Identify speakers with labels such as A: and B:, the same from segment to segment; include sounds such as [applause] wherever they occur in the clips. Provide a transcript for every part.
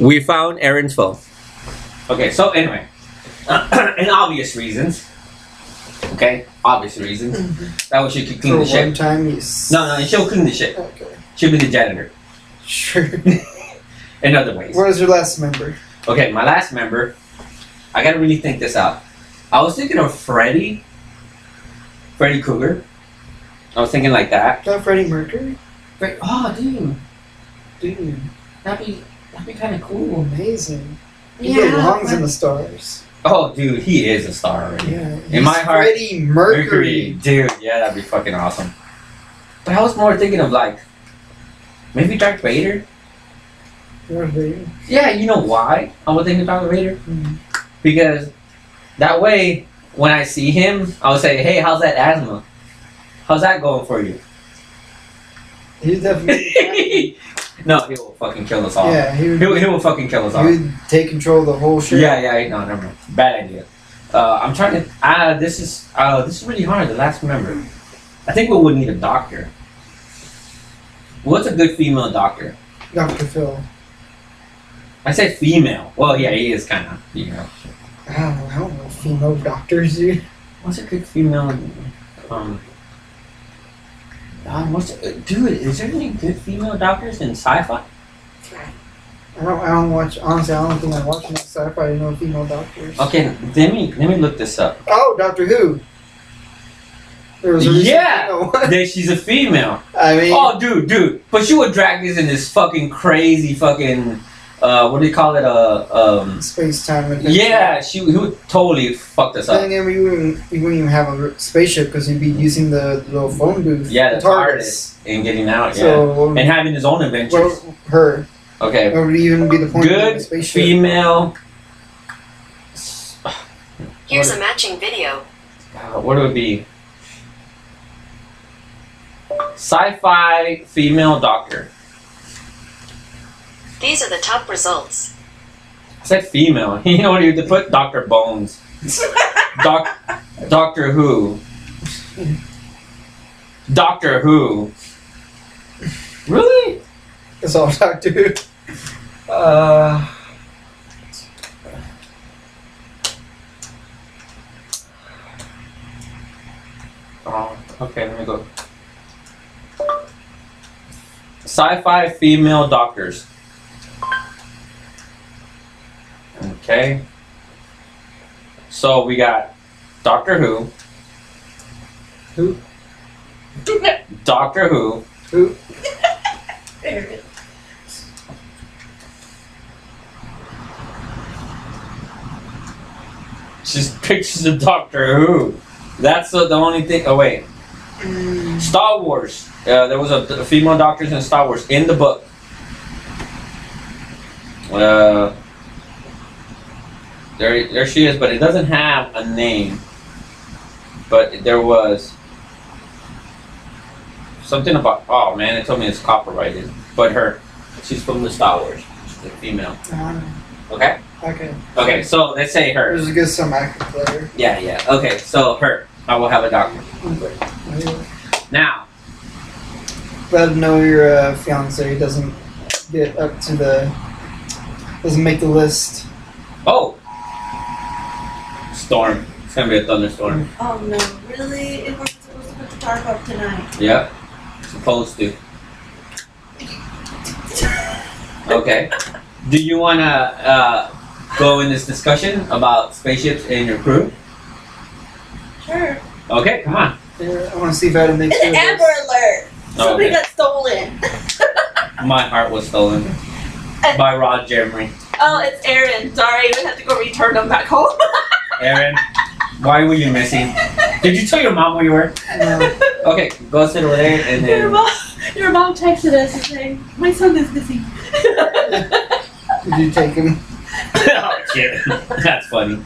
A: We found Aaron's phone.
B: Okay, so anyway, [clears throat] in obvious reasons, okay, obvious reasons, that way she could clean
C: For
B: the
C: one
B: shit.
C: time, you. s-
B: No, no, she'll clean the shit.
C: Okay.
B: She'll be the janitor
C: Sure.
B: in other ways.
C: Where's your last member?
B: Okay, my last member, I gotta really think this out. I was thinking of Freddy, Freddy Krueger. I was thinking like that.
C: Not Freddie Mercury?
B: Fre- oh, dude,
C: Dude,
B: that'd be that'd be kind of cool.
C: amazing. He belongs in the stars.
B: Oh, dude, he is a star already.
C: Yeah.
B: In my heart,
C: Freddie Mercury.
B: dude. Yeah, that'd be fucking awesome. But I was more thinking of like maybe Darth Vader.
C: Darth Vader.
B: Yeah, you know why I was thinking Darth Vader
C: Mm.
B: because that way when I see him, I would say, "Hey, how's that asthma? How's that going for
C: [laughs]
B: you?" [laughs]
C: He's definitely.
B: no, he will fucking kill us all.
C: yeah, he would,
B: He, will, he will fucking kill us
C: he
B: all.
C: would take control of the whole shit.
B: Yeah, yeah, no, never mind. Bad idea. Uh, I'm trying to. Uh, this is uh, this is really hard. The last member. I think we would need a doctor. What's a good female doctor?
C: Dr. Phil.
B: I said female. Well, yeah, he is kind of female.
C: I don't know, I don't know female doctors, dude.
B: What's a good female? Um. um, what's uh, dude? Is there any good female doctors in sci-fi?
C: I don't, I don't watch, honestly, I don't think I watch enough sci fi to know female doctors.
B: Okay, let me let me look
C: [laughs]
B: this up.
C: Oh, Doctor Who! There was a recent
B: Yeah!
C: female one.
B: Then she's a female.
C: I mean,
B: Oh, dude, dude. But she would drag this in this fucking crazy fucking. Uh, what do you call it? Uh, um.
C: space time adventure.
B: Yeah, she he would totally fuck us
C: Then
B: up.
C: again, we wouldn't, we wouldn't even have a r- spaceship because you'd be using the little phone booth.
B: Yeah, the
C: TARDIS.
B: TARDIS and getting out. Yeah,
C: So,
B: and having his own
C: well,
B: adventures.
C: her.
B: Okay,
C: That would even be the point of having a
B: good
C: spaceship. [laughs]
B: female. [sighs]
D: Here's a matching video.
B: Uh, what would it be? Sci-fi female doctor.
D: These are the top results.
B: I said female. [laughs] You know what you to put? Doctor Bones. Doc, Doctor Who. Doctor Who. Really?
C: That's all Doctor Who.
B: Uh. Oh, okay, let me go. Sci fi female doctors. Okay. So we got Doctor Who.
C: Who?
B: Doctor Who.
C: Who?
B: Just pictures of Doctor Who. That's the, the only thing. Oh wait, Star Wars. Uh, there was a, a female doctors in Star Wars in the book. Uh, there, there she is, but it doesn't have a name. But there was something about. Oh man, it told me it's copyrighted. But her, she's from the Star Wars. She's a female.
C: Ah,
B: Okay.
C: okay.
B: Okay. So let's say her.
C: There's a good some active player.
B: Yeah, yeah. Okay, so her. I will have a doctor. Now,
C: Glad to know your uh, fiance doesn't get up to the. doesn't make the list.
B: oh! Storm. It's gonna be a thunderstorm.
E: Oh no, really? It wasn't supposed to put the tarp up tonight.
B: Yep. Supposed to. Okay. Do you wanna uh, go in this discussion about spaceships and your crew?
E: Sure.
B: Okay, come on.
C: Yeah, I want to see if I can make
E: It's
C: sure.
E: an [laughs] Amber Alert!
B: Oh,
E: Somebody
B: okay.
E: got stolen.
B: My heart was stolen by Rod Jeremy.
E: Oh, it's Aaron. Sorry, we have to go return them back home.
B: Aaron, why were you missing? Did you tell your mom where you were?
C: No.
B: Okay, go sit over there and
E: [laughs] Your
B: then. [laughs]
E: mom, your mom texted us and saying, "My son is [laughs] missing."
C: Did you take him?
B: oh, shit. [laughs] That's funny.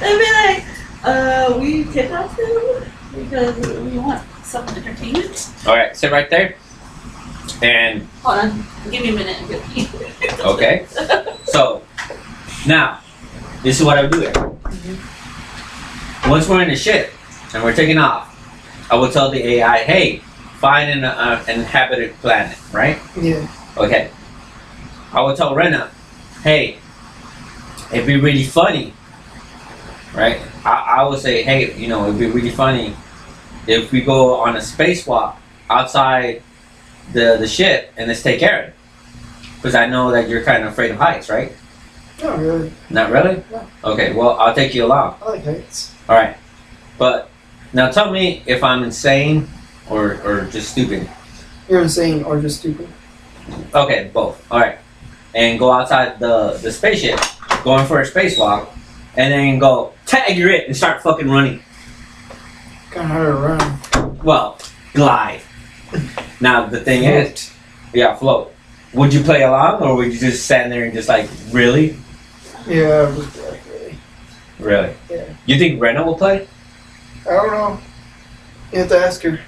E: I'd be like, "Uh, we kidnapped him because we want some entertainment."
B: All right, sit right there. And
E: Hold on, give me a minute. I'm gonna pee.
B: okay, so now this is what I would do. Here. Once we're in the ship and we're taking off, I will tell the AI, "Hey, find an uh, inhabited planet." Right?
C: Yeah.
B: Okay. I would tell Rena, hey, it'd be really funny, right? I, I would say, hey, you know, it'd be really funny if we go on a spacewalk outside the the ship and let's take Aaron. Because I know that you're kind of afraid of heights, right?
C: No, really.
B: Not really?
C: No.
B: Okay, well, I'll take you along.
C: I like heights.
B: All right. But now tell me if I'm insane or, or just stupid.
C: You're insane or just stupid.
B: Okay, both. All right. And go outside the, the spaceship, going for a spacewalk, and then go tag your it and start fucking running.
C: Kind of hard to run.
B: Well, glide. Now, the thing is, yeah, float. Would you play along or would you just stand there and just like, really?
C: Yeah, I would be like, really.
B: Really?
C: Yeah.
B: You think Rena will play?
C: I don't know. You have to ask her.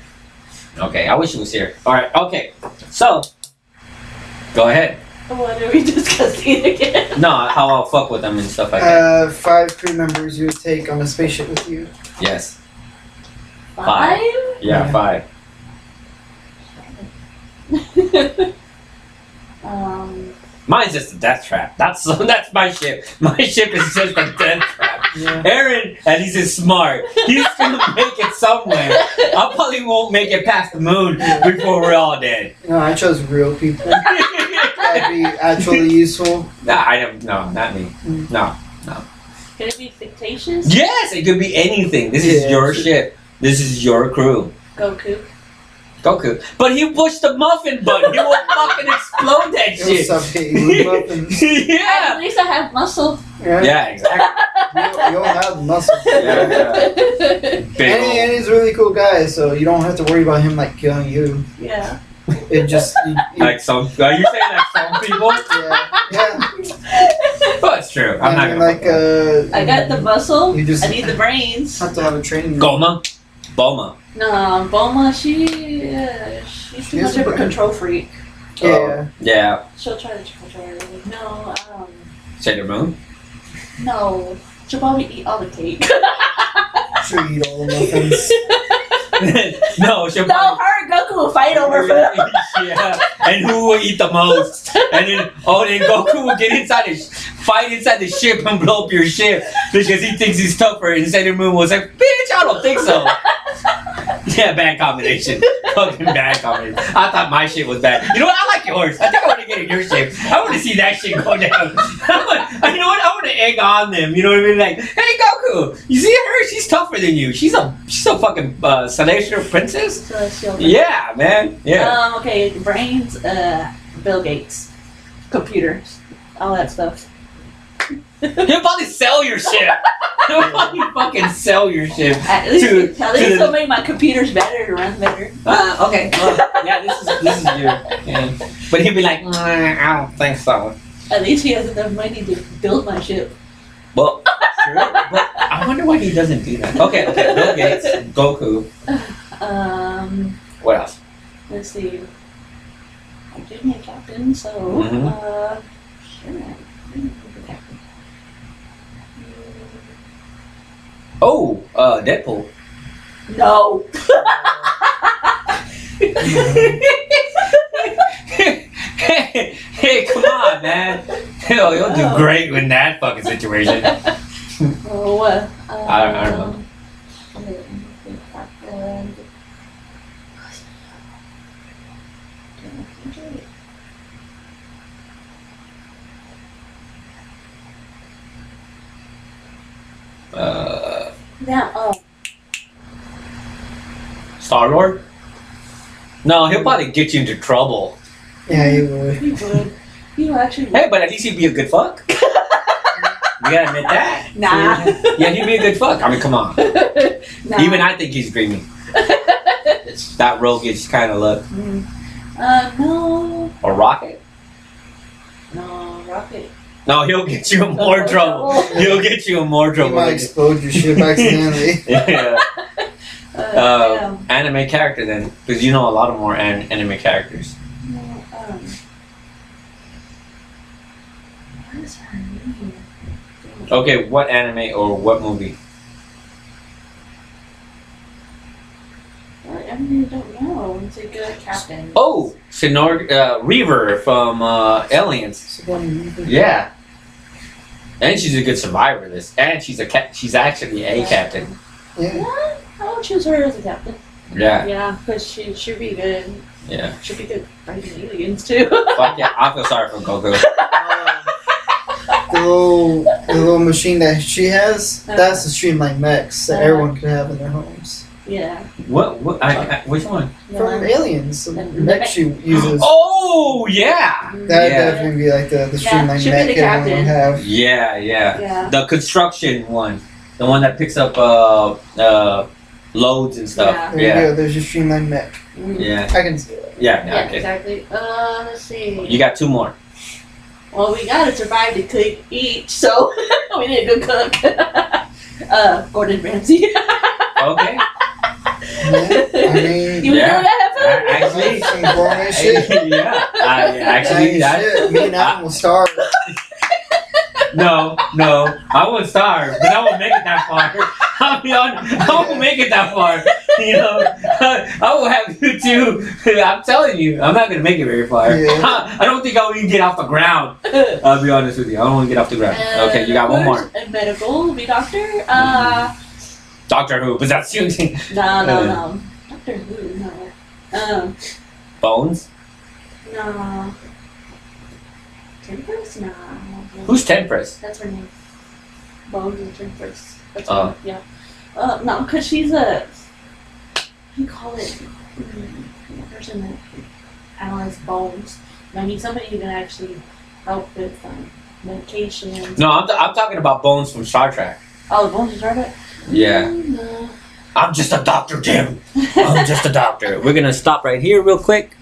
B: Okay, I wish she was here. All right, okay. So, go ahead.
E: [laughs] What are we discussing again?
B: No, how I'll fuck with them and stuff like that.
C: Uh, five crew members you would take on a spaceship with you.
B: Yes.
E: Five?
B: Yeah, five.
E: [laughs] um,
B: Mine's just a death trap. That's [laughs] that's my ship. My ship is just a death trap.
C: Yeah.
B: Aaron, at least is smart. He's gonna make it somewhere. I probably won't make it past the moon before we're all dead. [laughs]
C: No, I chose real people. That'd
B: nah,
C: be actually useful.
B: I don't. No, not me. No.
E: could it be fictitious?
B: Yes, it could be anything. This is
C: Yeah,
B: your
C: sure.
B: ship. This is your crew.
E: Goku.
B: Goku. But he pushed the muffin button. He will fucking explode that
C: It was
B: shit.
C: suffocate you. Loop up and,
E: At
B: [laughs] yeah.
E: least I have muscle.
C: yeah,
B: Yeah, exactly.
C: You'll, you'll have muscle.
B: Yeah, yeah.
C: And, he,
B: Big
C: and he's a really cool guy, so you don't have to worry about him like killing you.
E: Yeah.
C: It just you,
B: ol-
C: you,
B: like some. Are you saying like some people?
C: yeah, yeah.
B: Well, it's true. I'm
C: I
B: not
C: mean,
B: gonna
C: like uh,
E: [laughs] I got the muscle.
C: You just
E: I need the brains.
C: have to have a training.
B: Goma, Boma.
E: No, Boma, she, uh, she's too
C: She's
E: much of
C: a
E: a
C: brain.
E: control freak.
C: Yeah,
B: Yeah,
E: She'll try to control everything. No, um,
B: Sailor Moon. [laughs]
E: no. She'll probably eat all the cake. [laughs]
C: sure you eat all the muffins.
B: no, she'll
E: no, her and Goku will fight over food.
B: [laughs] yeah, and who will eat the most? And then, oh, then Goku will get inside the sh- fight inside the ship and blow up your ship because he thinks he's tougher. And Sailor Moon was like, "Bitch, I don't think so." [laughs] Yeah, bad combination. Fucking bad combination. I thought my shit was bad. You know what? I like yours. I think I want to get in your ship. I want to see that shit go down. [laughs] I want, you know what? I want to egg on them. You know what I mean? Like, hey, Goku, you see her? She's tougher than you. She's a she's a fucking uh, celestial princess.
E: So she'll
B: Yeah, man. Yeah.
E: Um, okay, brains, uh, Bill Gates, computers, all that stuff.
B: He'll probably sell your shit. He'll probably fucking sell your shit.
E: At least,
B: To- to-
E: at least it'll make my computers better to run better.
B: Uh, okay. well, yeah, this is this is your. yeah. But he'll be like, "Mm, I don't think so.
E: At least he has enough money to build my ship.
B: Well, sure, but I wonder why he doesn't do that. Okay, okay. Bill Gates, Goku.
E: Um,
B: What else?
E: let's see. I'm doing a captain, so
B: Mhm.
E: uh, sure.
B: Oh, uh, Deadpool. [laughs]
E: No.
B: Mm-hmm. hey, hey, come on, man. [laughs] Oh, Hell, you'll do great with that fucking situation.
E: [laughs] Oh, uh,
B: I don't- I don't know.
E: know.
B: Uh,
E: Now, oh,
B: Star Lord. No, he'll probably get you into trouble.
C: Yeah, you would.
E: you would. You actually would.
B: Hey, but at least he'd be a good
E: [laughs]
B: fuck. you gotta admit that.
E: Nah.
B: Yeah, he'd be a good fuck. I mean, come on.
E: nah.
B: Even I think he's dreamy. That roguish kind of look.
E: Mm. Uh, no.
B: Or Rocket?
E: No, Rocket.
B: No, he'll get you in
E: [laughs]
B: more
E: No,
B: trouble.
E: no.
B: He'll get you in more
C: You
B: trouble.
C: might explode your ship accidentally.
B: [laughs]
E: [laughs]
B: yeah.
E: Uh,
B: Uh, anime character then, because you know a lot of more an- anime characters.
E: yeah. No, um. What is her name?
B: Okay, what anime or what movie?
E: What am Mm, don't know. It's a good captain.
B: Oh, Sinor uh, Reaver from uh, Aliens. Yeah. And she's a good survivor. This, and she's a ca- she's actually a captain.
C: Yeah.
E: Yeah, I would choose her as a captain.
B: Yeah,
E: Yeah, because she should be good.
B: yeah.
E: Should be good fighting aliens too.
B: Fuck yeah, I feel sorry for Coco.
C: The little, the little machine that she has,
E: Uh-huh.
C: that's the streamlined mechs that
E: Uh-huh.
C: everyone could have in their homes.
E: yeah.
B: What? What? I, I, which one?
C: From Aliens, the
E: The- the
C: mech she uses.
B: Oh yeah,
C: That'd
B: Yeah.
C: definitely be like the, the
E: Yeah,
C: streamlined
E: she'd be
C: mech
E: the
C: everyone would
E: captain.
C: have.
B: yeah, yeah.
E: Yeah.
B: The construction one, the one that picks up uh uh loads and stuff.
C: There
B: Yeah,
C: you go, there's your streamlined mech.
E: Mm.
B: yeah,
C: I can see it.
B: yeah. no,
E: Yeah,
B: okay.
E: exactly. Uh, let's see.
B: You got two more.
E: Well, we gotta survive to cook each, so [laughs] we need a good cook. [laughs] uh, Gordon Ramsay. [laughs]
B: Okay.
C: Yeah. I mean,
E: you
B: Yeah.
E: know that
B: I-
C: Actually,
B: [laughs] actually,
C: some gourmet shit.
B: [laughs] yeah. I, actually,
C: Dang
B: that,
C: shit. Me and Adam will starve.
B: no, no. I won't starve, but I won't make it that far. [laughs] I'll be on. I won't make it that far. [laughs] You know, I will have you too. I'm telling you, I'm not gonna make it very far.
C: Yeah.
B: [laughs] I don't think I'll even get off the ground.
E: happened.
B: I'll be honest with you. I don't want to get off the ground. okay, you got one more.
E: Uh, A medical, be doctor. Uh,
B: Doctor Who, but that's you. [laughs]
E: no,
B: Uh.
E: no, no. Doctor Who, no. Um,
B: Bones.
E: no. Tempers, no.
B: Who's Temperance?
E: That's her name. Bones and Tempers. That's
B: Oh.
E: her name. Yeah. Uh, no, because she's a. What do you call it? Mm, the person that analyzes bones. And I need somebody who can actually help with um, medication.
B: No, I'm, I'm talking about Bones from Star Trek.
E: Oh, the bones is right.
B: Yeah. Oh.
E: No.
B: I'm just a doctor, Jim. I'm just a doctor. We're gonna stop right here, real quick.